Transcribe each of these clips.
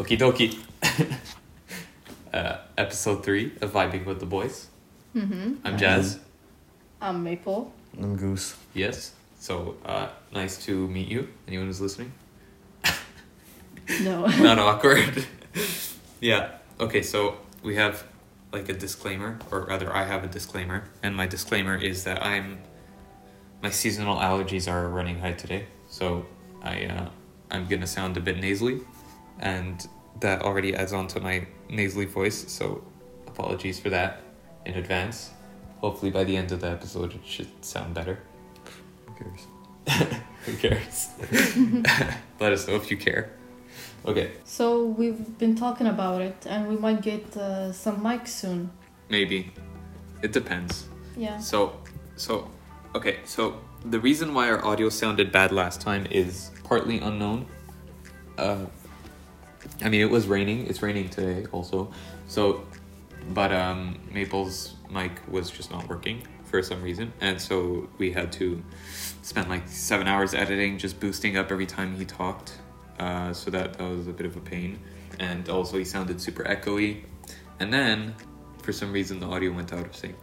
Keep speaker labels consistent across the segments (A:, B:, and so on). A: Okie dokie. uh, episode three of Vibing with the Boys.
B: Mm-hmm.
A: I'm Jazz.
B: Um, Maple.
C: I'm Goose.
A: Yes. So uh, nice to meet you. Anyone who's listening?
B: No.
A: Not awkward. yeah. Okay. So we have like a disclaimer, or rather, I have a disclaimer, and my disclaimer is that I'm my seasonal allergies are running high today, so I uh, I'm gonna sound a bit nasally, and that already adds on to my nasally voice. So apologies for that in advance. Hopefully, by the end of the episode, it should sound better.
C: Who cares?
A: Who cares? Let us know if you care. Okay,
B: So we've been talking about it, and we might get uh, some mics soon.
A: maybe. It depends.
B: Yeah.
A: So, so, okay, so the reason why our audio sounded bad last time is partly unknown. Uh, I mean, it was raining. It's raining today also. So, but um, Maple's mic was just not working for some reason, and so we had to spend like seven hours editing, just boosting up every time he talked. Uh, so that that was a bit of a pain, and also he sounded super echoey, and then for some reason the audio went out of sync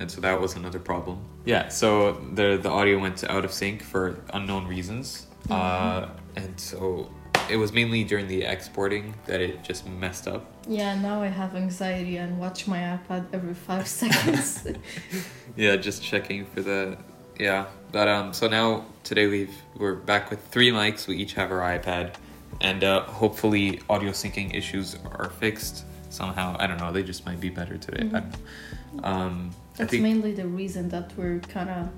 A: and so that was another problem. Yeah, so the the audio went out of sync for unknown reasons, uh, and so it was mainly during the exporting that it just messed up.
B: Yeah. Now I have anxiety and watch my iPad every five seconds.
A: Yeah, just checking for the yeah. But um, so now today we've we're back with three mics. We each have our iPad, and uh, hopefully audio syncing issues are fixed somehow. I don't know. They just might be better today. I don't know. Um, I
B: That's
A: think
B: mainly the reason that we're kind of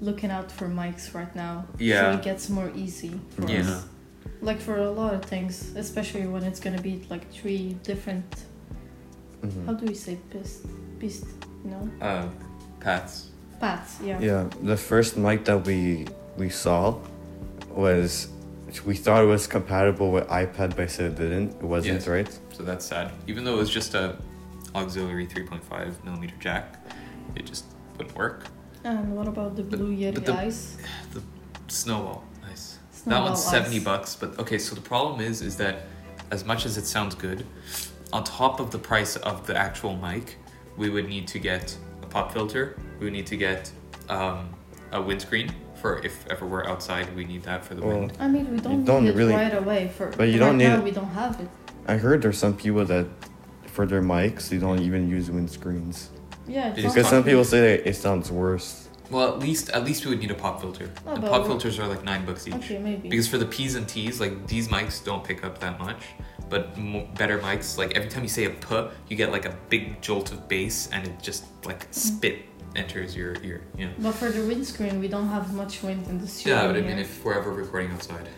B: looking out for mics right now.
A: Yeah.
B: So it gets more easy for
A: Yeah.
B: us. Like for a lot of things, especially when it's gonna be like three different.
C: Mm-hmm.
B: How do we say beast? Beast? No.
A: uh, Pat's
B: Paths. Yeah.
C: Yeah, the first mic that we we saw was we thought it was compatible with iPad, but I said it didn't. It wasn't,
A: Yes.
C: right?
A: So that's sad. Even though it was just a auxiliary 3.5 millimeter jack, it just wouldn't work.
B: And what about the blue
A: but
B: yeti
A: the-
B: eyes?
A: The snowball, nice. that
B: Snowball
A: one's
B: ice.
A: 70 bucks, but okay, so the problem is is that as much as it sounds good, on top of the price of the actual mic, we would need to get a pop filter. We would need to get um, a windscreen for if ever we're outside, we need that for the
C: Well,
A: wind.
B: I mean, we don't,
C: don't
B: need
C: really-
B: it right away. For
C: but you
B: right
C: don't need
B: now,
C: it.
B: we don't have it.
C: I heard there's some people that for their mics they don't even use windscreens
B: Yeah,
A: It is
B: it's
C: because
A: not-
C: some people say that it sounds worse.
A: Well, at least at least we would need a pop filter.
B: Oh,
A: and
B: but
A: pop
B: we-
A: filters are like 9 bucks each.
B: okay, maybe.
A: Because for the P's and T's, like these mics don't pick up that much, but mo better mics, like every time you say a P, you get like a big jolt of bass and it just like spit enters your ear, you know?
B: but for the windscreen, we don't have much wind in the studio.
A: Yeah, but I mean,
B: here.
A: if we're ever recording outside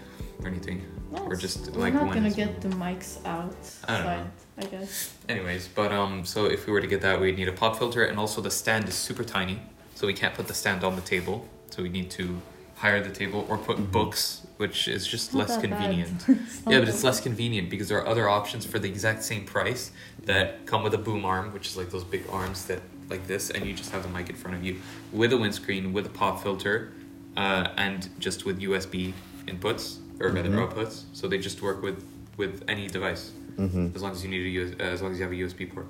A: or anything,
B: No,
A: we're
B: it's-
A: just
B: we're
A: like
B: not
A: when
B: gonna
A: it's-
B: get the mics outside.
A: I
B: I,
A: don't know.
B: guess.
A: Anyways, but um, so if we were to get that, we'd need a pop filter, and also the stand is super tiny, so we can't put the stand on the table, so we need to hire the table or put books, which is just
B: It's not
A: less
B: that bad.
A: convenient.
B: It's not
A: Yeah, but
C: Oh.
B: that-
A: it's less convenient because there are other options for the exact same price that come with a boom arm, which is like those big arms that like this, and you just have the mic in front of you with a windscreen, with a pop filter, uh, and just with USB inputs or rather
C: Mhm.
A: outputs. So they just work with with any device
C: Mm-hmm.
A: as long as you need a US, uh, as long as you have a USB port.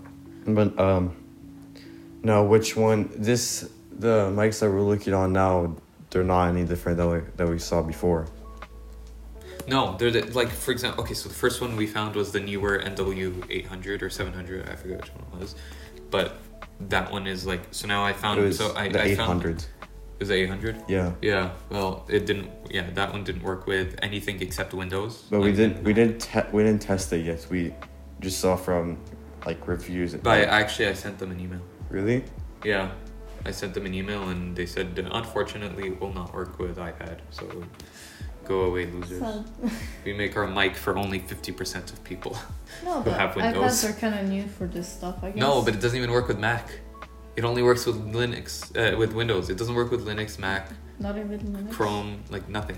C: But um, now which one? This the mics that we're looking on now, they're not any different that we that we saw before.
A: No, they're the, like for example. Okay, so the first one we found was the newer NW eight hundred or seven hundred. I forget which one it was, but that one is like. So now I found.
C: It was
A: Um, so I,
C: the
A: I
C: eight
A: found.
C: hundred.
A: Is that eight hundred?
C: Yeah.
A: Yeah, well, it didn't. Yeah, that one didn't work with anything except Windows.
C: But we
A: Like,
C: didn't we didn't te- we didn't test it yet. We just saw from like reviews. and-
A: But I, actually, I sent them an email.
C: really?
A: Yeah, I sent them an email and they said, unfortunately, it will not work with iPad. So go away, losers.
B: So-
A: We make our mic for only fifty percent of people.
B: no,
A: who
B: but
A: have Windows.
B: iPads are kind of new for this stuff. I guess.
A: No, but it doesn't even work with Mac. It only works with Linux, uh, with Windows. It doesn't work with Linux, Mac,
B: not even Linux.
A: Chrome, like nothing.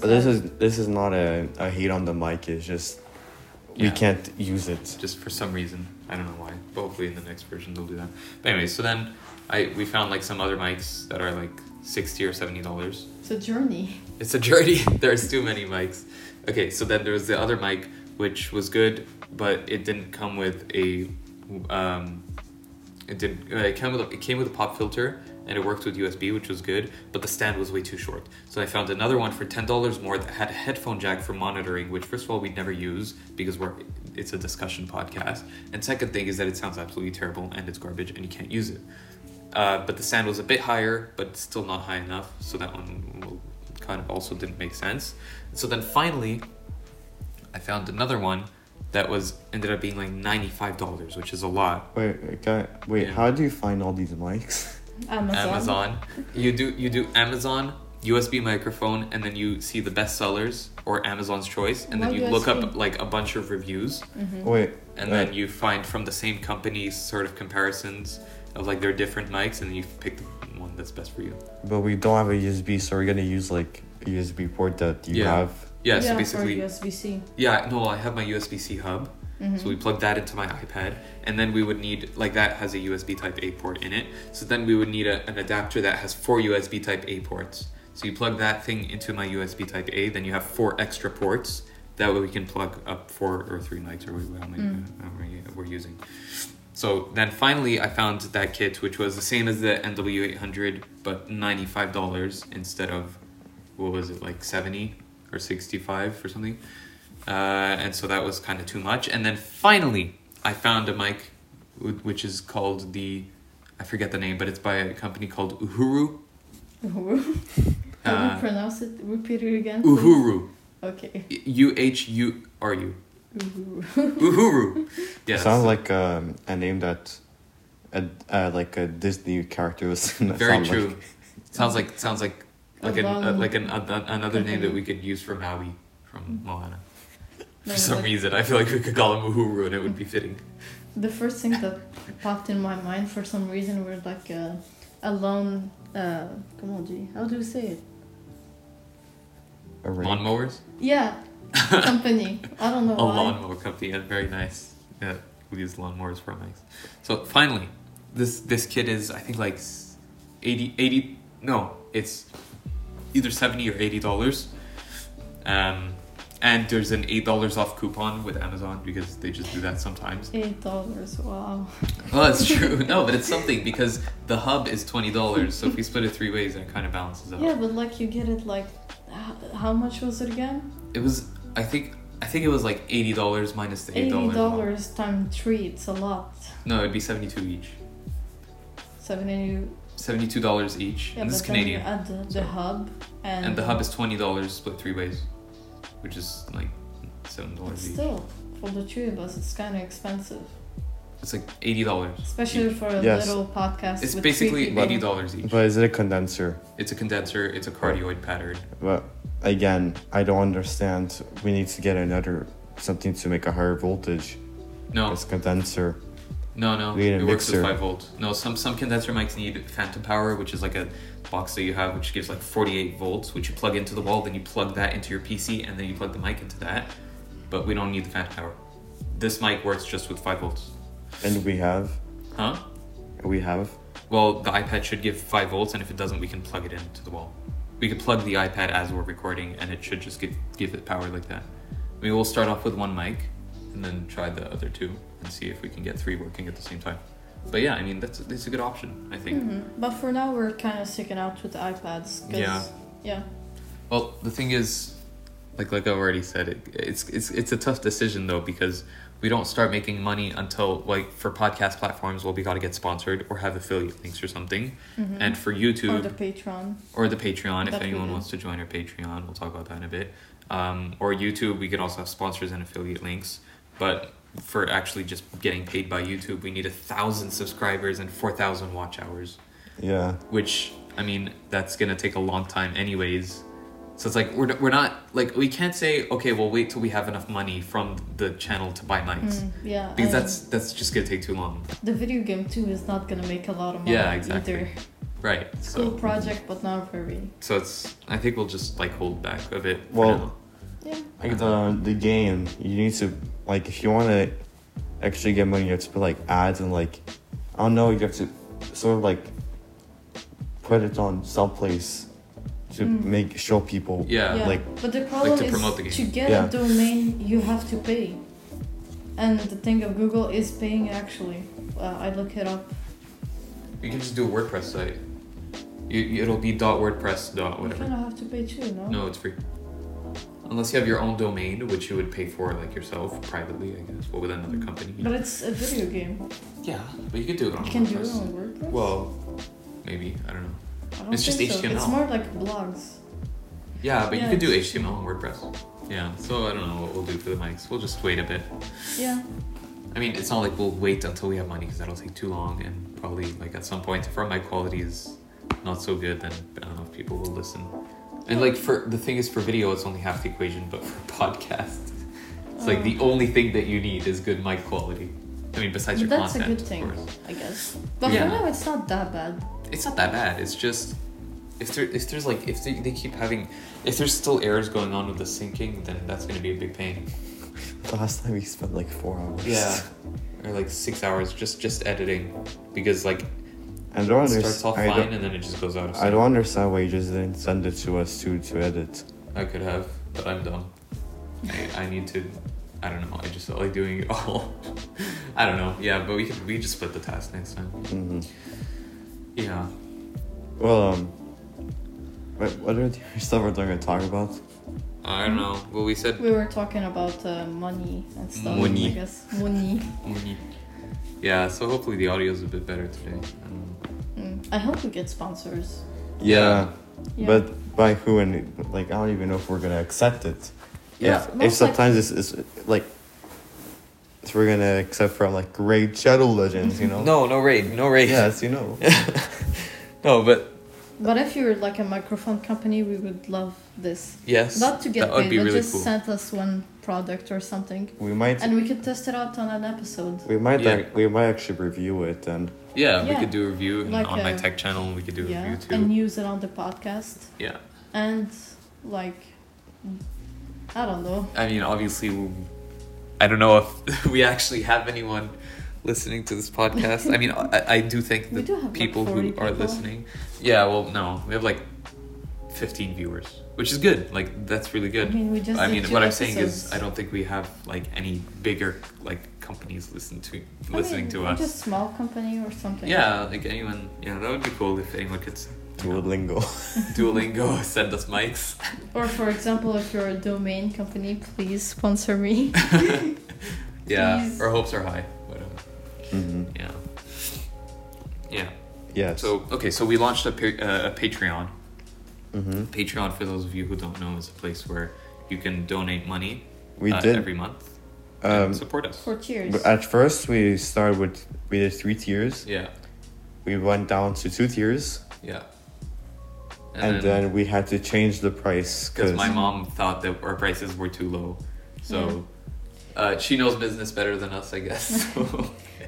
C: But this is this is not a, a hate on the mic. It's just we
A: Yeah.
C: can't use it.
A: just for some reason. I don't know why. But hopefully in the next version they'll do that. But anyway, so then I we found like some other mics that are like sixty or seventy dollars.
B: It's a journey.
A: It's a journey. There's too many mics. Okay, so then there was the other mic which was good, but it didn't come with a. Um, it did. It came with a, it came with a pop filter and it worked with USB, which was good. But the stand was way too short, so I found another one for ten dollars more that had a headphone jack for monitoring, which first of all we'd never use because we're it's a discussion podcast, and second thing is that it sounds absolutely terrible and it's garbage and you can't use it. Uh, but the stand was a bit higher, but still not high enough, so that one will- kind of also didn't make sense. So then finally, I found another one that was ended up being like ninety five dollars, which is a lot.
C: Wait, I got, wait.
A: Yeah.
C: How do you find all these mics?
B: Amazon.
A: Amazon, you do you do Amazon USB microphone, and then you see the best sellers or Amazon's choice, and then
B: Why
A: you
B: USB?
A: look up like a bunch of reviews,
B: Mm-hmm.
C: Wait.
A: and
C: uh,
A: then you find from the same company sort of comparisons of like their different mics, and then you pick the one that's best for you.
C: But we don't have a USB, so we're gonna use like a USB port that you
A: Yeah.
C: have.
A: Yeah, so
B: for
A: basically,
B: USB-C.
A: Yeah, no, I have my USB C hub. So we plug that into my iPad, and then we would need like that has a USB Type A port in it. So then we would need a, an adapter that has four USB Type A ports. So you plug that thing into my USB Type A, then you have four extra ports. That way we can plug up four or three mics or how many how many uh, we're using. So then finally, I found that kit, which was the same as the NW800, but $95 instead of, what was it, like 70 or 65 or something. Uh, and so that was kind of too much. And then finally, I found a mic, wh- which is called the, I forget the name, but it's by a company called Uhuru.
B: Mm-hmm. How do
A: Uh,
B: you pronounce it? Repeat it again. please.
A: Uhuru.
B: Okay.
A: U H U R U.
B: Uhuru.
A: Uhuru. Yes.
C: Sounds like um, a name that, a, uh, like a Disney character was. in that
A: Very
C: sound like.
A: true. Sounds like sounds like
B: A
A: like an, uh,
B: long
A: like an, uh, another name that we could use for Maui
B: Mm-hmm.
A: from Moana. For some reason, I feel like we could call him Uhuru, and it would be fitting.
B: The first thing that popped in my mind for some reason were like uh, alone. Uh, comment on dit? How do you say it?
C: A ring.
A: Lawnmowers.
B: Yeah, company. I don't know
A: a
B: why.
A: lawnmower company. Yeah, very nice. Yeah, we use lawnmowers for mics. So finally, this this kid is I think like s- 80, 80 no, it's either seventy or eighty dollars. Um, and there's an eight dollars off coupon with Amazon because they just do that sometimes.
B: Eight dollars. Wow.
A: Well, that's true. No, but it's something because the hub is twenty dollars. So if we split it three ways, then it kind of balances out.
B: Yeah, but like you get it like, h- how much was it again?
A: It was I think I think it was like eighty dollars minus the eight
B: Eighty
A: dollars.
B: dollars times three. It's a lot.
A: No, it'd be seventy two each.
B: Seventy.
A: Seventy-two dollars each,
B: Yeah,
A: and this is
B: but then you
A: Canadian.
B: add the, the
A: so-
B: hub and,
A: And the hub is twenty dollars split three ways, which is like seven
B: But
A: dollars each.
B: Still, for the two of us, it's kind of expensive,
A: It's like eighty dollars.
B: especially for a
C: Yes.
B: little podcast.
A: It's
B: with three
A: basically
B: people.
A: eighty dollars each.
C: But is it a condenser?
A: It's a condenser. It's a cardioid pattern.
C: But again, I don't understand. We need to get another something to make a higher voltage.
A: No,
C: This condenser.
A: no, no.
C: we need a
A: It works with
C: mixer.
A: five volts. No, some some condenser mics need phantom power, which is like a box that you have, which gives like forty-eight volts, which you plug into the wall. Then you plug that into your PC, and then you plug the mic into that. But we don't need the phantom power. This mic works just with five volts.
C: And we have,
A: Huh?
C: we have.
A: Well, the iPad should give 5 volts, and if it doesn't, we can plug it into the wall. We could plug the iPad as we're recording, and it should just give, give it power like that. I mean, we'll start off with one mic, and then try the other two, and see if we can get three working at the same time. But yeah, I mean, that's, that's a good option, I think.
B: Mm-hmm. But for now, we're kind of sticking out with the iPads. 'cause-
A: Yeah.
B: Yeah.
A: Well, the thing is, like like I've already said, it, it's it's it's a tough decision though because we don't start making money until like for podcast platforms, well, we got to get sponsored or have affiliate links or something, and for YouTube,
B: Mm-hmm. Or the Patreon.
A: or the Patreon if
B: That we
A: anyone
B: do.
A: wants to join our Patreon. We'll talk about that in a bit. Um, or YouTube, we could also have sponsors and affiliate links. But for actually just getting paid by YouTube, we need a thousand subscribers and four thousand watch hours,
C: Yeah.
A: which I mean that's gonna take a long time anyways. So it's like we're, we're not like we can't say okay we'll wait till we have enough money from the channel to buy mics
B: Mm, yeah.
A: because
B: and
A: that's that's just gonna take too long.
B: the video game too is not gonna make a lot of money
A: Yeah, exactly.
B: either.
A: Right.
B: It's
A: So
B: cool project, but not very.
A: so it's I think we'll just like hold back a bit. for
C: Well,
A: now.
B: Yeah.
C: Like the the game, you need to like if you want to actually get money, you have to put like ads and like I don't know, you have to sort of like put it on someplace to
B: Mm.
C: make show people.
A: Hmm. Yeah.
B: yeah.
C: like-
B: but the problem
A: to
B: is
A: promote the game.
B: to get
C: Yeah.
B: a domain you have to pay and the thing of google is paying actually uh, i look it up
A: Oh, You can just do a WordPress site. You, you- it'll be dot WordPress dot
B: you kind
A: whatever.
B: of have to pay too no,
A: No, it's free. Unless you have your own domain, which you would pay for like yourself privately, I guess, but with another company.
B: but it's a video game
A: Yeah, but you could do it on
B: you can do it
A: WordPress.
B: on wordpress
A: Well, maybe I don't know.
B: I don't
A: it's just
B: think so. it's
A: HTML.
B: more like blogs
A: Yeah, but
B: Yeah,
A: you could do
B: it's-
A: HTML on WordPress. Yeah, so I don't know what we'll do for the mics. We'll just wait a bit.
B: yeah
A: I mean, it's not like we'll wait until we have money because that'll take too long, and probably like at some point, if our mic quality is not so good, then I don't know if people will listen. And like for the thing is, for video, it's only half the equation, but for podcast, it's like the
B: Oh.
A: only thing that you need is good mic quality. I mean, besides
B: But
A: your
B: that's a
A: content,
B: good thing
A: of course.
B: i guess but
A: Yeah.
B: for now it's not that bad
A: It's not that bad. It's just if there if there's like if they, they keep having if there's still errors going on with the syncing, then that's gonna be a big pain.
C: The last time we spent like four hours.
A: Yeah, or like six hours just just editing, because like
C: I
A: it
C: don't
A: starts
C: understand.
A: off
C: I
A: fine
C: don't,
A: and then it just goes out of
C: I
A: sync.
C: don't understand why you just didn't send it to us to to edit.
A: I could have, but I'm dumb. I, I need to. I don't know. I just felt like doing it all. I don't know. Yeah, but we could we just split the task next time.
C: hmm
A: Yeah.
C: Well, um, wait, what are the other stuff we're gonna talk about?
A: I don't know. Well, we said
B: we were talking about uh, money and stuff i
A: Money.
B: guess money
A: Yeah. So hopefully the audio is a bit better today. Um, I don't know.
B: Mm. i hope we get sponsors
A: Yeah.
B: yeah.
C: But by who and like I don't even know if we're gonna accept it.
A: Yeah.
C: If,
B: Most
C: if sometimes it's, it's like if we're gonna accept from like great shadow legends, you know.
A: No, no raid, no raid.
C: Yes, you know.
A: No, but
B: But if you're like a microphone company, we would love this.
A: yes.
B: Not to get
A: that would
B: paid,
A: be
B: but
A: really
B: just
A: cool.
B: send us one product or something,
C: we might.
B: and we could test it out on an episode.
C: we might.
A: Yeah.
C: ac- we might actually review it and.
A: yeah, we
B: Yeah.
A: could do a review and
B: Like
A: on my
B: a-
A: tech channel. and We could do a
B: yeah,
A: review too.
B: and use it on the podcast,
A: yeah.
B: and like, I don't know.
A: I mean, obviously, we- I don't know if we actually have anyone listening to this podcast. I mean, I, I do think
B: We
A: the
B: do have, like,
A: people
B: 40
A: who are
B: people.
A: listening. Yeah, well, no, we have like 15 viewers, which is good. Like, that's really good.
B: I mean, we just.
A: I
B: did
A: mean,
B: two
A: what I'm saying is, I
B: episodes.
A: don't think we have like any bigger like companies listen to
B: I
A: listening
B: mean,
A: to
B: we're
A: us.
B: Just small company or something.
A: Yeah, like anyone. Yeah, that would be cool if anyone could s-
C: Duolingo.
A: Duolingo send us mics.
B: Or for example, if you're a domain company, please sponsor me.
A: Yeah,
B: Please.
A: our hopes are high. Whatever.
C: hmm
A: Yeah. Yeah.
C: Yes.
A: So okay, so we launched a, pa- uh, a Patreon.
C: hmm
A: Patreon, for those of you who don't know, is a place where you can donate money.
C: We
A: uh,
C: did.
A: every month.
C: um,
A: and support us.
B: For cheers.
C: but at first, we started with we did three tiers.
A: Yeah,
C: We went down to two tiers,
A: yeah.
C: and, then, we had to change the price
A: because my mom thought that our prices were too low, so uh, she knows business better than us, I guess.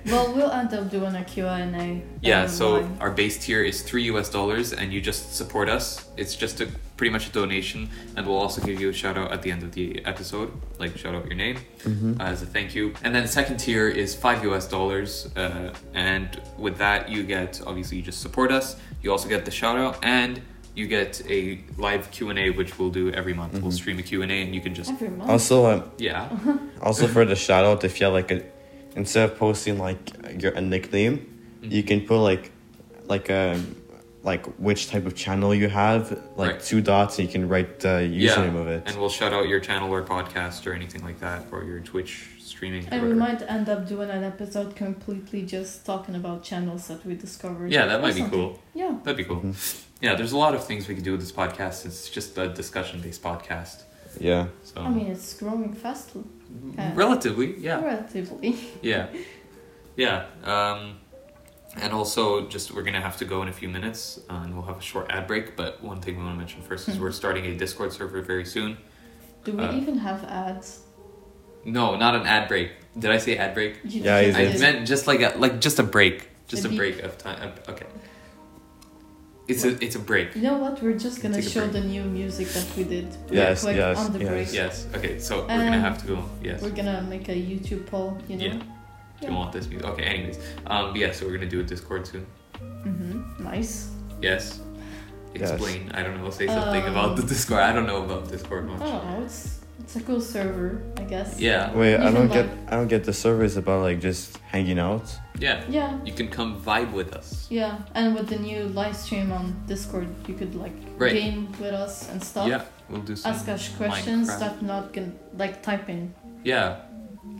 A: So.
B: Well, we'll end up doing a Q and A.
A: Yeah, so our base tier is three US dollars, and you just support us. It's just a pretty much a donation, and we'll also give you a shout out at the end of the episode, like shout out your name
C: Mm-hmm.
A: uh, as a thank you. And then second tier is five US dollars, uh, and with that you get obviously you just support us. You also get the shout out, and you get a live Q and A, which we'll do every month.
C: Mm-hmm.
A: We'll stream a Q and A, and you can just
B: every month.
C: also um,
A: yeah,
C: Also for the shout out, if you have like a instead of posting like your a nickname,
A: Mm-hmm.
C: you can put like like um like which type of channel you have, like
A: Right.
C: two dots, and you can write the
A: yeah,
C: username of it.
A: and we'll shout out your channel or podcast or anything like that, or your Twitch streaming. or
B: And we
A: whatever.
B: might end up doing an episode completely just talking about channels that we discovered.
A: Yeah, that
B: or
A: might be
B: something.
A: cool.
B: Yeah.
A: That'd be cool.
B: Mm-hmm.
A: Yeah, there's a lot of things we could do with this podcast. It's just a discussion based podcast.
C: Yeah,
A: So
B: I mean, it's growing fast, yeah.
A: relatively, Um, yeah.
B: relatively.
A: Yeah. Yeah. Um and also just we're gonna have to go in a few minutes uh, and we'll have a short ad break, but one thing we wanna mention first is
B: Mm-hmm.
A: we're starting a Discord server very soon.
B: Do we
A: Uh,
B: even have ads?
A: No, not an ad break. Did I say ad break?
B: You
C: Yeah,
B: just
A: I
C: you did.
A: meant just like a like just a break. Just
B: A
A: a
B: beep.
A: break of time. uh, Okay. It's a it's a break.
B: You know what? We're just gonna
A: Take a
B: show
A: break.
B: the new music that we did. real
C: Yes,
B: quick
C: yes,
B: on the
C: yes.
B: break.
A: Yes. Okay. So we're gonna
B: Um,
A: have to go. Yes.
B: We're gonna make a YouTube poll. You know.
A: Yeah. Do you
B: Yeah.
A: want this music? Okay, anyways. Um, yeah, so we're gonna do a Discord soon.
B: Mm-hmm. Nice.
A: Yes.
C: Yes.
A: explain. I don't know. Say something
B: Um, oh.
A: about the Discord. I don't know about Discord
B: I
A: much.
B: don't know. It's it's a cool server, I guess.
A: Oh, Yeah,
C: Wait, I
B: Even
C: don't
B: like-
C: get. I don't get the surveys about like just hanging out.
A: yeah.
B: Yeah.
A: You can come vibe with us.
B: Yeah, and with the new live stream on Discord, you could like
A: Right.
B: game with us and stuff.
A: Yeah, we'll do some.
B: Ask us questions
A: Minecraft.
B: that not gonna like type in.
A: Yeah,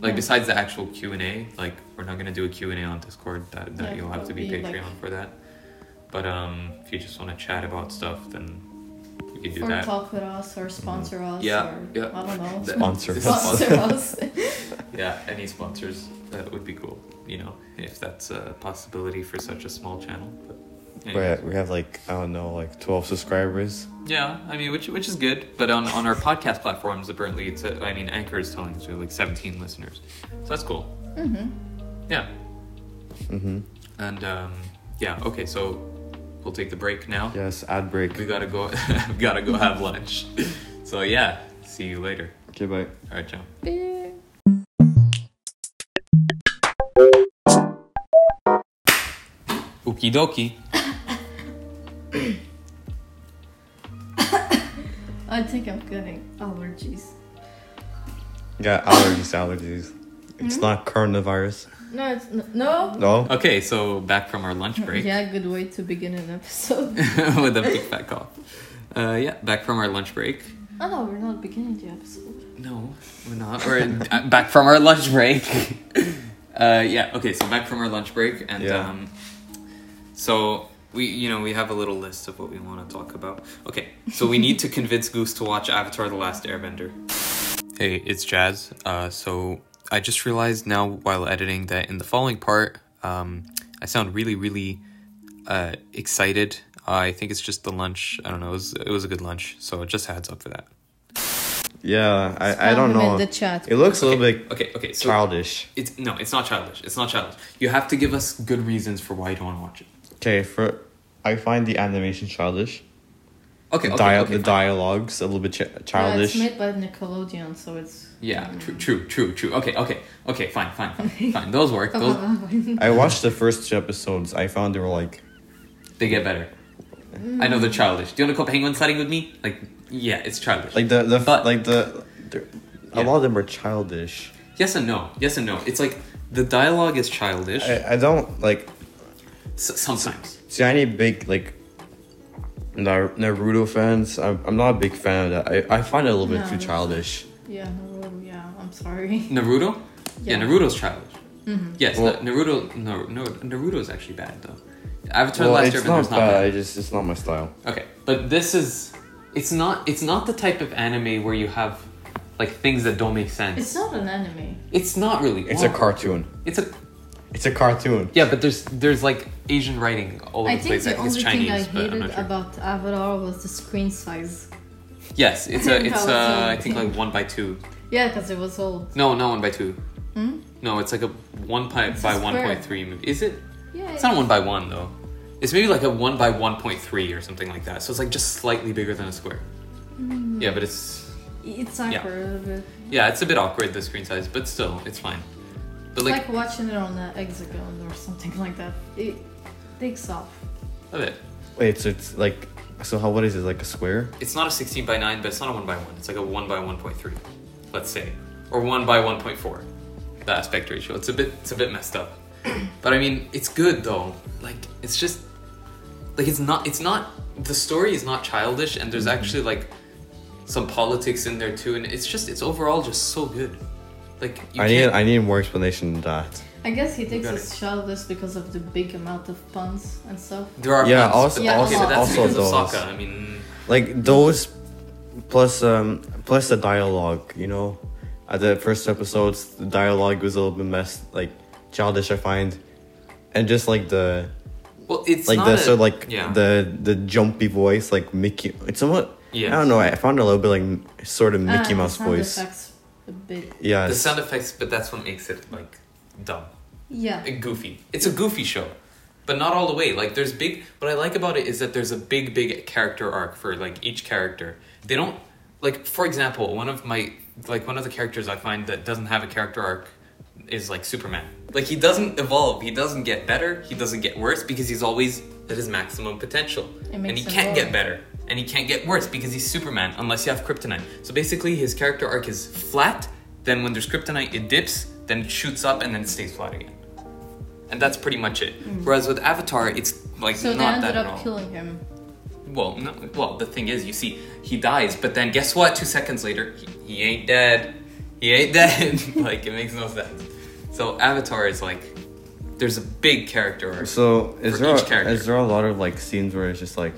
A: like
B: Yeah.
A: besides the actual Q and A, like we're not gonna do a Q and A on Discord. That, that
B: Yeah,
A: you'll have to be
B: it'll be, like-
A: Patreon for that. But um, if you just want to chat about stuff, then you can do
B: or
A: that. Mm-hmm.
B: talk with us or sponsor us
A: Yeah,
B: or
A: yeah.
B: I don't know.
A: That-
C: Sponsor
A: this is
C: us.
B: Sponsor us.
A: yeah, any sponsors that would be cool. You know, if that's a possibility for such a small channel. But
C: We're
A: anyway.
C: at, we have like I don't know like twelve subscribers.
A: Yeah, I mean, which which is good. But on, on our podcast platforms, apparently, it's uh, I mean, Anchor is telling us we have like 17 listeners, so that's cool.
B: mm-hmm.
A: Yeah,
C: Mm-hmm.
A: and um, yeah, okay, so we'll take the break now.
C: Yes, ad break.
A: We gotta go. we gotta go have lunch. So yeah, see you later.
C: Okay, bye.
A: All right, John. Okie dokie.
B: I think I'm getting oh, allergies.
C: Yeah, allergies, allergies.
B: Hmm?
C: It's not coronavirus.
B: No, it's n- no.
C: No.
A: Okay, so back from our lunch break.
B: Yeah, good way to begin an episode.
A: with a big fat cough. Uh, yeah, back from our lunch break.
B: oh no, we're not beginning the episode.
A: No, we're not. We're uh, back from our lunch break. Uh, yeah. Okay. So back from our lunch break, and
C: Yeah.
A: um, so we, you know, we have a little list of what we want to talk about. Okay. So we need to convince Goose to watch Avatar: The Last Airbender. Hey, it's Jazz. Uh, so I just realized now while editing that in the following part, um, I sound really, really uh, excited. Uh, I think it's just the lunch. I don't know. It was it was a good lunch, so it just adds up for that.
C: Yeah, I, I
B: Spam
C: don't
B: him
C: know.
B: In the chat.
C: It looks a little bit
A: Okay. Okay. So
C: childish.
A: It's no, it's not childish. It's not childish. You have to give us good reasons for why you don't want to watch it.
C: Okay, for I find the animation childish.
A: Okay, okay,
C: Dia-
A: okay,
C: the
A: fine.
C: dialogues a little bit ch- childish.
B: Yeah, it's made by Nickelodeon, so it's.
A: Yeah, true, true, true, true. Okay, okay, okay, fine, fine, fine. fine. Those work.
B: Uh-huh.
A: Those
C: I watched the first two episodes. I found they were like
A: they get better. I know they're childish. Do you want to go penguin sliding with me? Like, yeah, it's childish.
C: like the the
A: But-
C: like the. they're- A
A: Yeah.
C: lot of them are childish.
A: yes and no. Yes and no. It's like the dialogue is childish
C: I, I don't like.
A: s- sometimes.
C: See, I need big like. Nar- Naruto fans, I'm, I'm not a big fan of that. I, I find it a little bit
B: No,
C: too
B: that's-
C: childish.
B: Yeah, no, yeah, I'm sorry.
A: Naruto. Yeah,
B: Yeah.
A: Naruto's childish. Yes,
C: Well-
A: Na- Naruto. No, no, Naruto's actually bad though. Avatar:
C: Well,
A: The Last
C: it's
A: Airbender
C: not
A: is
C: bad. I just it's not my style.
A: Okay, but this is it's not it's not the type of anime where you have like things that don't make sense.
B: It's not an anime.
A: It's not really.
C: It's a
A: Well,
C: cartoon.
A: It's a
C: It's a cartoon.
A: yeah, but there's there's like Asian writing all over
B: I
A: the
B: think
A: place.
B: the
A: I think it's
B: only
A: Chinese,
B: thing I
A: but I'm
B: hated
A: not sure.
B: about Avatar was the screen size.
A: yes, it's a it's
B: That was
A: uh, I
B: the-
A: think like one by two.
B: Yeah, because it was all. hmm?
A: No, not one by two. No, it's like a one pi-
B: It's a
A: by
B: square.
A: one point three movie. Is it?
B: Yeah,
A: It's not one by one though. It's maybe like a one by one point three or something like that. So it's like just slightly bigger than a square.
B: Mm.
A: Yeah, but it's
B: it's awkward. a little bit.
A: Yeah, it's a bit awkward the screen size, but still, it's fine. But
B: It's
A: like,
B: like, watching it on the hexagon or something like that. It takes off.
A: love it.
C: Wait, so it's like so how what is it like a square?
A: It's not a 16 by 9, but it's not a 1 by 1. It's like a 1 by 1.3, let's say, or 1 by 1.4. The aspect ratio. It's a bit, it's a bit messed up. But I mean, it's good though. Like, it's just, like it's not, it's not. The story is not childish, and there's actually like some politics in there too, and it's just, it's overall just so good. Like, you
C: I need
A: can't-
C: I need more explanation than that.
B: I guess he takes
A: got
B: his childish because of the big amount of puns and stuff.
A: there are
C: Yeah,
A: plans,
C: also-
A: but-
B: Yeah,
A: okay, but that's
B: also-
A: because
C: also
A: of
C: those.
A: Sokka. I mean,
C: Like those plus um plus the dialogue, you know. At the first episodes the dialogue was a little bit messed like childish I find. And just like the
A: well, it's
C: like
A: not
C: the
A: a-
C: so like
A: yeah.
C: the the jumpy voice like Mickey it's somewhat
A: Yes.
C: I don't know, I found it a little bit like sort of
B: And
C: Mickey
B: Ah, the
C: Mouse
B: sound
C: voice.
B: effects A bit.
C: Yeah.
A: the sound effects, but that's what makes it like dumb,
B: Yeah.
A: and goofy. It's a goofy show, but not all the way. Like there's big. What I like about it is that there's a big, big character arc for like each character. They don't like, for example, one of my like one of the characters I find that doesn't have a character arc is like Superman. Like he doesn't evolve. He doesn't get better. He doesn't get worse because he's always at his maximum potential.
B: It
A: And
B: makes
A: he
B: him
A: can't
B: lower.
A: get better. And he can't get worse because he's Superman unless you have kryptonite. So basically, his character arc is flat, then when there's kryptonite, it dips, then it shoots up, and then it stays flat again. And that's pretty much it. Whereas with Avatar, it's like
B: So they
A: not
B: ended
A: that at all.
B: up killing him.
A: Well, no, well, the thing is, you see, he dies, but then guess what? Two seconds later, he, he ain't dead. He ain't dead. like it makes no sense. So Avatar is like, there's a big character arc.
C: So is
A: For
C: there
A: each
C: a-
A: character.
C: is there a lot of like scenes where it's just like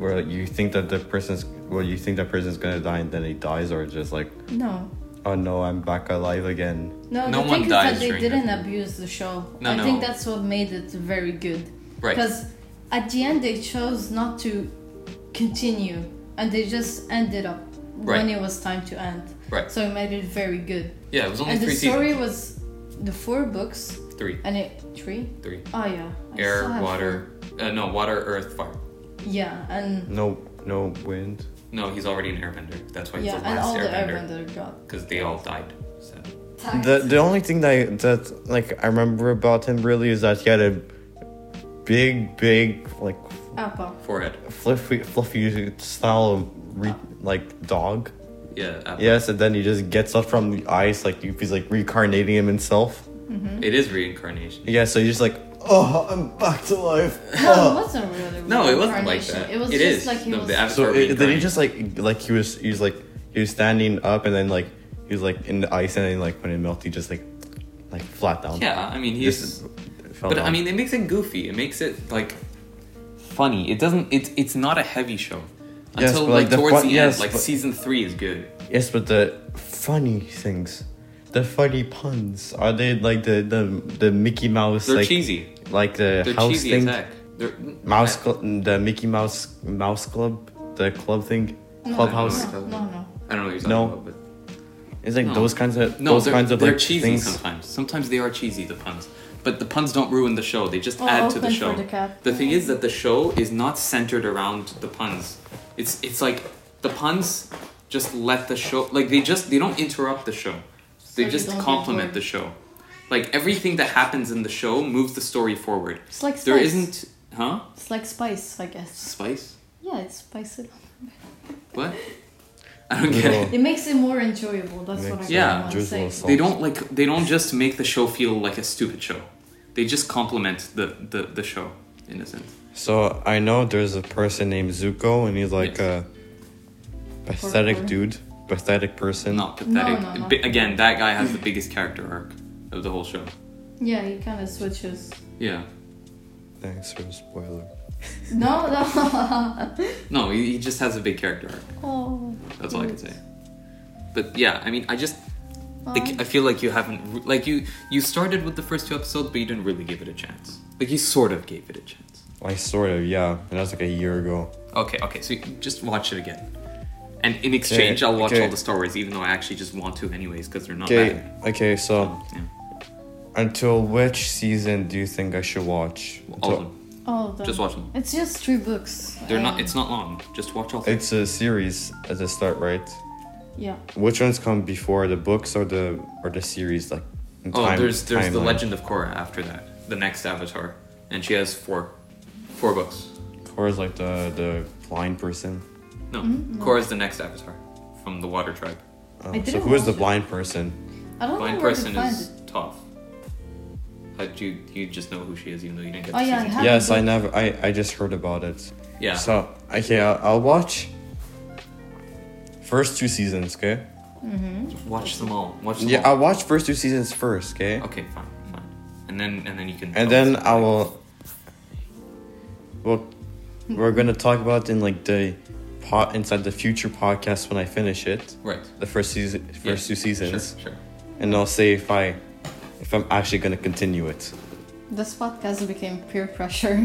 C: where you think that the person's well you think that person's gonna die and then he dies or just like
B: No.
C: oh no I'm back alive again.
B: No,
A: No
B: the
A: one
B: thing is
A: dies
B: that they
A: during
B: didn't abuse the show.
A: No,
B: I
A: no.
B: think that's what made it very good.
A: Right.
B: Because at the end they chose not to continue and they just ended up when
A: Right.
B: it was time to end.
A: Right.
B: So it made it very good.
A: Yeah, it was only
B: and
A: three
B: the story
A: seasons.
B: was the four books
A: Three,
B: and it three?
A: three.
B: Oh yeah. I still
A: Air,
B: have
A: water. Uh, no, water, earth, fire.
B: four. Yeah, and
C: No no wind.
A: No, he's already an airbender. That's why he's
B: yeah,
A: the
B: and all
A: last
B: the
A: airbender.
B: Airbender got
A: Because they all died. So.
B: tagged.
C: The the only thing that I, that like I remember about him really is that he had a big big like
B: Appa.
A: Forehead.
C: fluffy fluffy style of re- like dog.
A: Yeah. uh, Apple.
C: Yes, and then he just gets up from the ice like he's like reincarnating him himself.
A: It is reincarnation.
C: Yeah, so you're just like, oh, I'm back to life.
B: No, it
C: Oh.
B: wasn't really
A: No, it wasn't like
B: reincarnation.
A: that.
B: It was
A: it
B: just
A: is.
B: like he
A: No,
B: was
A: the
C: So
A: avatar
C: it, then he
A: reincarnated.
C: just like, like he was, he was like, he was standing up, and then like he was like in the ice, and then like when it melted, he just like, like flat down.
A: Yeah, I mean,
C: Just
A: he's.
C: fell
A: But I
C: down.
A: mean, it makes it goofy. It makes it like funny. It doesn't. It's it's not a heavy show
C: Yes,
A: until
C: but,
A: like,
C: like, the
A: towards
C: fun-
A: the
C: yes,
A: end. Like
C: but-
A: season three is good.
C: yes, but the funny things, the funny puns, are they like the the the Mickey Mouse?
A: They're
C: like,
A: cheesy.
C: Like the
A: They're
C: house
A: cheesy
C: thing,
A: as heck. They're, mm,
C: mouse, cl- the Mickey Mouse mouse club, the club thing, clubhouse.
B: No, no, no.
A: I don't know what you're talking
C: No.
A: about, but
C: It's like
A: No.
C: those kinds of
A: no,
C: those
A: they're,
C: kinds of
A: they're
C: like
A: cheesy
C: things.
A: sometimes. Sometimes they are cheesy the puns, but the puns don't ruin the show. They just
B: Oh,
A: add to the
B: open
A: show.
B: for the cap.
A: the thing is that the show is not centered around the puns. It's it's like the puns just let the show like they just they don't interrupt the show. They
B: you
A: just
B: don't get
A: complement
B: bored.
A: the show. Like everything that happens in the show moves the story forward.
B: It's like spice.
A: There isn't huh?
B: It's like spice, I guess.
A: Spice?
B: Yeah, it's spicy.
A: What? I don't get it.
C: Little-
B: It makes it more enjoyable. That's what I
C: Makes
A: Yeah.
B: yeah. want to say.
C: drizzle.
A: They don't like they don't just make the show feel like a stupid show. They just complement the, the, the show in a sense.
C: So I know there's a person named Zuko, and he's like
A: Yes.
C: a pathetic
B: Hardcore.
C: dude, pathetic person.
A: Not pathetic.
B: no, no.
A: Bi- Again, that guy has the biggest character arc of the whole show.
B: Yeah, he kind of switches.
A: Yeah.
C: Thanks for the spoiler.
B: No, no.
A: No, he, he just has a big character arc.
B: oh,
A: That's all I can say.
B: cute.
A: But yeah, I mean, I just like
B: Um,
A: I feel like you haven't re- like you you started with the first two episodes, but you didn't really give it a chance. Like you sort of gave it a chance.
C: Like sort of, yeah, and that's like a year ago.
A: Okay, okay. So you just watch it again, and in exchange,
C: Okay,
A: I'll watch
C: okay.
A: all the Star Wars, even though I actually just want to anyways because they're not
C: Okay,
A: bad.
C: okay. So
A: Yeah.
C: until which season do you think I should watch?
A: All of
C: Until-
A: them.
B: all of them.
A: Just watch them.
B: Oh, It's just three books.
A: They're not.
B: Um,
A: It's not long. Just watch all. Three.
C: It's a series at the start, right?
B: Yeah.
C: Which ones come before the books or the or the series? Like in
A: Oh,
C: time-
A: there's there's the
C: timeline?
A: Legend of Korra after that, the next Avatar, and she has four, four books.
C: Or is like the the blind person?
A: No,
B: Hmm?
A: Korra's the next Avatar from the Water Tribe.
C: Oh,
B: I
C: so
B: didn't
C: who is the
B: watch it.
C: blind person?
B: I don't
A: Blind
B: know where to
A: person
B: find
A: is
B: it.
A: Toph. How do you you just know who she is even though you didn't get?
B: Oh,
A: to
B: yeah,
A: season
B: I
A: two?
B: have-
C: Yes, I never. I I just heard about it.
A: Yeah.
C: So okay, I'll, I'll watch first two seasons. Okay.
A: watch them all. Watch them
C: Yeah,
A: all.
C: I'll watch first two seasons first. Okay.
A: Okay, fine, fine. And then and then you can.
C: And then I will. Well, we're gonna talk about in like the pot inside the future podcast when I finish it.
A: Right.
C: The first season, first
A: Yeah.
C: two seasons,
A: Sure, sure.
C: and I'll say if I, if I'm actually gonna continue it.
B: This podcast became peer pressure.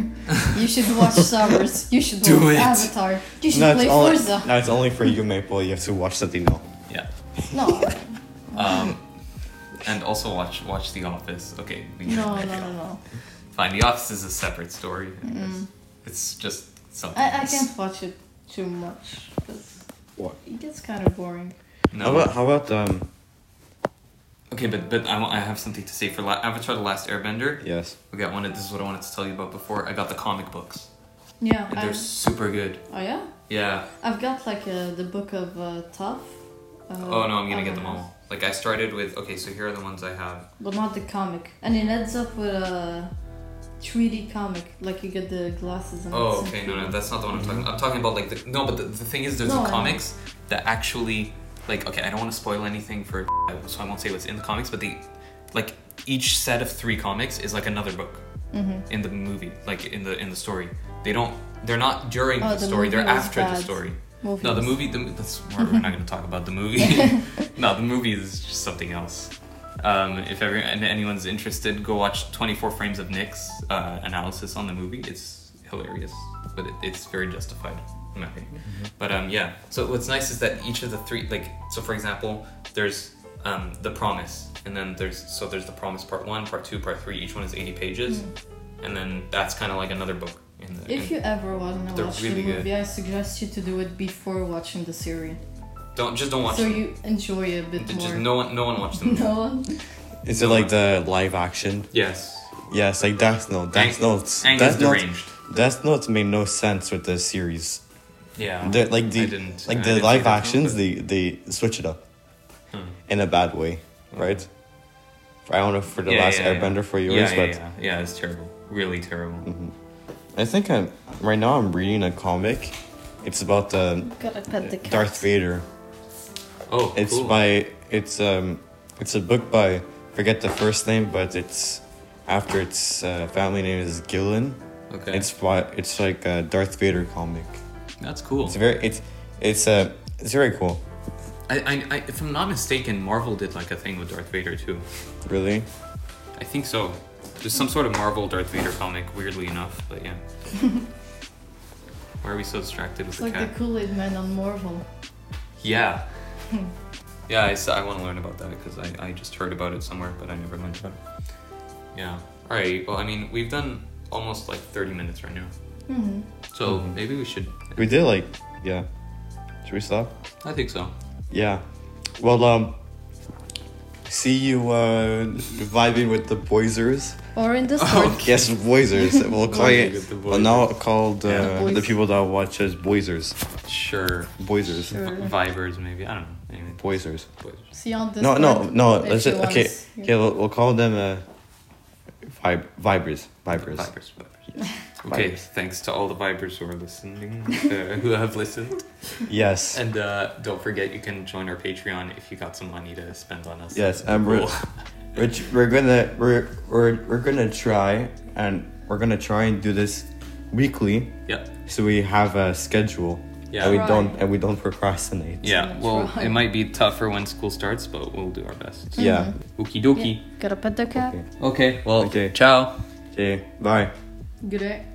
B: you should watch Star Wars. You should
A: Do
B: watch
A: it.
B: Avatar. You should
C: No,
B: play
C: it's only,
B: Forza.
C: no, it's only for you, Maple. You have to watch something else.
A: Yeah.
B: No,
A: Um, and also watch watch The Office. Okay. we-
B: no, no, no, no.
A: Fine. The Office is a separate story. I guess. It's just something.
B: I, I
A: else.
B: can't watch it too much because
C: What?
B: it gets kind of boring.
A: No.
C: How about how about um?
A: Okay, but but I, want, I have something to say for La- Avatar: The Last Airbender.
C: Yes.
A: Okay, I wanted this is what I wanted to tell you about before. I got the comic books,
B: Yeah.
A: and
B: I-
A: they're super good.
B: oh yeah.
A: Yeah.
B: I've got like uh, the book of uh, Tough. Uh,
A: Oh no, I'm gonna get them
B: Avatar.
A: all. Like I started with okay, so here are the ones I have.
B: But not the comic. And it ends up with a 3D comic. Like you get the glasses and
A: Oh
B: it's in
A: okay, no
B: 3D.
A: no, that's not the one I'm talking. I'm talking about like the no, but the, the thing is, there's
B: Mm-hmm. No,
A: the
B: I know.
A: comics that actually like okay, I don't want to spoil anything for so I won't say what's in the comics, but the like each set of three comics is like another book
B: Mm-hmm.
A: in the movie, like in the in the story. They don't. They're not during
B: Oh,
A: the
B: the
A: story. They're
B: movie was
A: after the
B: bad.
A: story.
B: Movie
A: No, the
B: was-
A: movie. The, that's, we're, we're not going to talk about the movie. no, the movie is just something else. Um, if ever and anyone's interested, go watch 24 Frames of Nick's uh, analysis on the movie. It's hilarious, but it, it's very justified, in my opinion.
B: Mm-hmm.
A: But um, yeah. So what's nice is that each of the three, like, so for example, there's um, the promise, and then there's so there's the promise part one, part two, part three. Each one is 80 pages, and then that's kind of like another book. In the, in-
B: Mm. If you ever want to
A: They're
B: watch
A: really
B: the movie,
A: good.
B: I suggest you to do it before watching the series.
A: don't just don't watch.
B: So
A: them.
B: you enjoy it a bit
A: Just
B: more.
A: no one, no one watched them.
B: No one?
C: Is it like the live action?
A: Yes.
C: Yes, like Death Note. Death
A: Ang-
C: Notes.
A: Ang is
C: Death Note.
A: deranged.
C: Death Note made no sense with the series.
A: Yeah.
C: The- like
A: Oh, I
C: the
A: didn't- I
C: like the
A: didn't see
C: live
A: Death Note,
C: actions,
A: but-
C: they they switch it up
A: Hmm.
C: in a bad way, right? I don't know for the
A: Yeah,
C: last
A: yeah, yeah.
C: Airbender for
A: Yeah,
C: yours,
A: yeah,
C: but Mm-hmm.
A: yeah, yeah, it's terrible. Really terrible.
C: I think I'm right now. I'm reading a comic. It's about the
B: Gotta pet the cat.
C: Darth Vader.
A: Oh,
C: It's
A: cool.
C: by it's um it's a book by forget the first name, but it's after its uh, family name is Gillen.
A: okay.
C: It's by it's like a Darth Vader comic.
A: that's cool.
C: It's very it's it's uh it's very cool.
A: I, I, I, if I'm not mistaken, Marvel did like a thing with Darth Vader too.
C: Really,
A: I think so. There's some sort of Marvel Darth Vader comic, weirdly enough, but yeah. Why are we so distracted with
B: It's
A: the
B: like
A: cat?
B: the Kool Aid Man on Marvel. Mm-hmm.
A: Yeah. yeah, I, want to learn about that because I, I just heard about it somewhere, but I never learned about it. Yeah. All right. Well, I mean, we've done almost like 30 minutes right now.
B: hmm
A: So
C: Mhm.
A: maybe we should.
C: we did like yeah. Should we stop?
A: I think so.
C: Yeah. Well, um, see you uh vibing with the boisers.
B: Or in Discord.
A: Oh,
C: Yes, voisers. We'll call
A: Vibing
C: it.
A: with the
C: Well, now called uh,
A: Yeah.
B: Boys.
C: the people that watch us boisers.
A: Sure.
C: Boisers.
B: Sure.
A: Vibers, maybe. I don't know. Anyway.
C: Boisers.
A: Boys.
B: See on
C: No,
B: Discord.
C: no, no. Let's
B: if
C: just
B: you
C: okay.
B: want.
C: Okay, we'll, we'll call them uh, vib- vibers. Vibers.
A: Vibers. Vibers. Okay.
C: Vibers.
A: Thanks to all the vibers who are listening, uh, who have listened,
C: Yes.
A: and uh, don't forget you can join our Patreon if you got some money to spend on us.
C: yes. Um, we're,
A: Cool.
C: we're, tr- we're gonna we're, we're we're gonna try and we're gonna try and do this weekly,
A: yeah.
C: so we have a schedule.
A: Yeah.
C: And we
B: Right.
C: don't and we don't procrastinate.
A: Yeah,
B: That's
A: well,
B: right.
A: it might be tougher when school starts, but we'll do our best.
C: Yeah.
A: Okie
B: Yeah.
A: dokie.
B: Gotta pet the cat.
C: Okay.
A: Okay, well,
C: Okay.
A: ciao.
C: Okay. Bye.
B: Good day.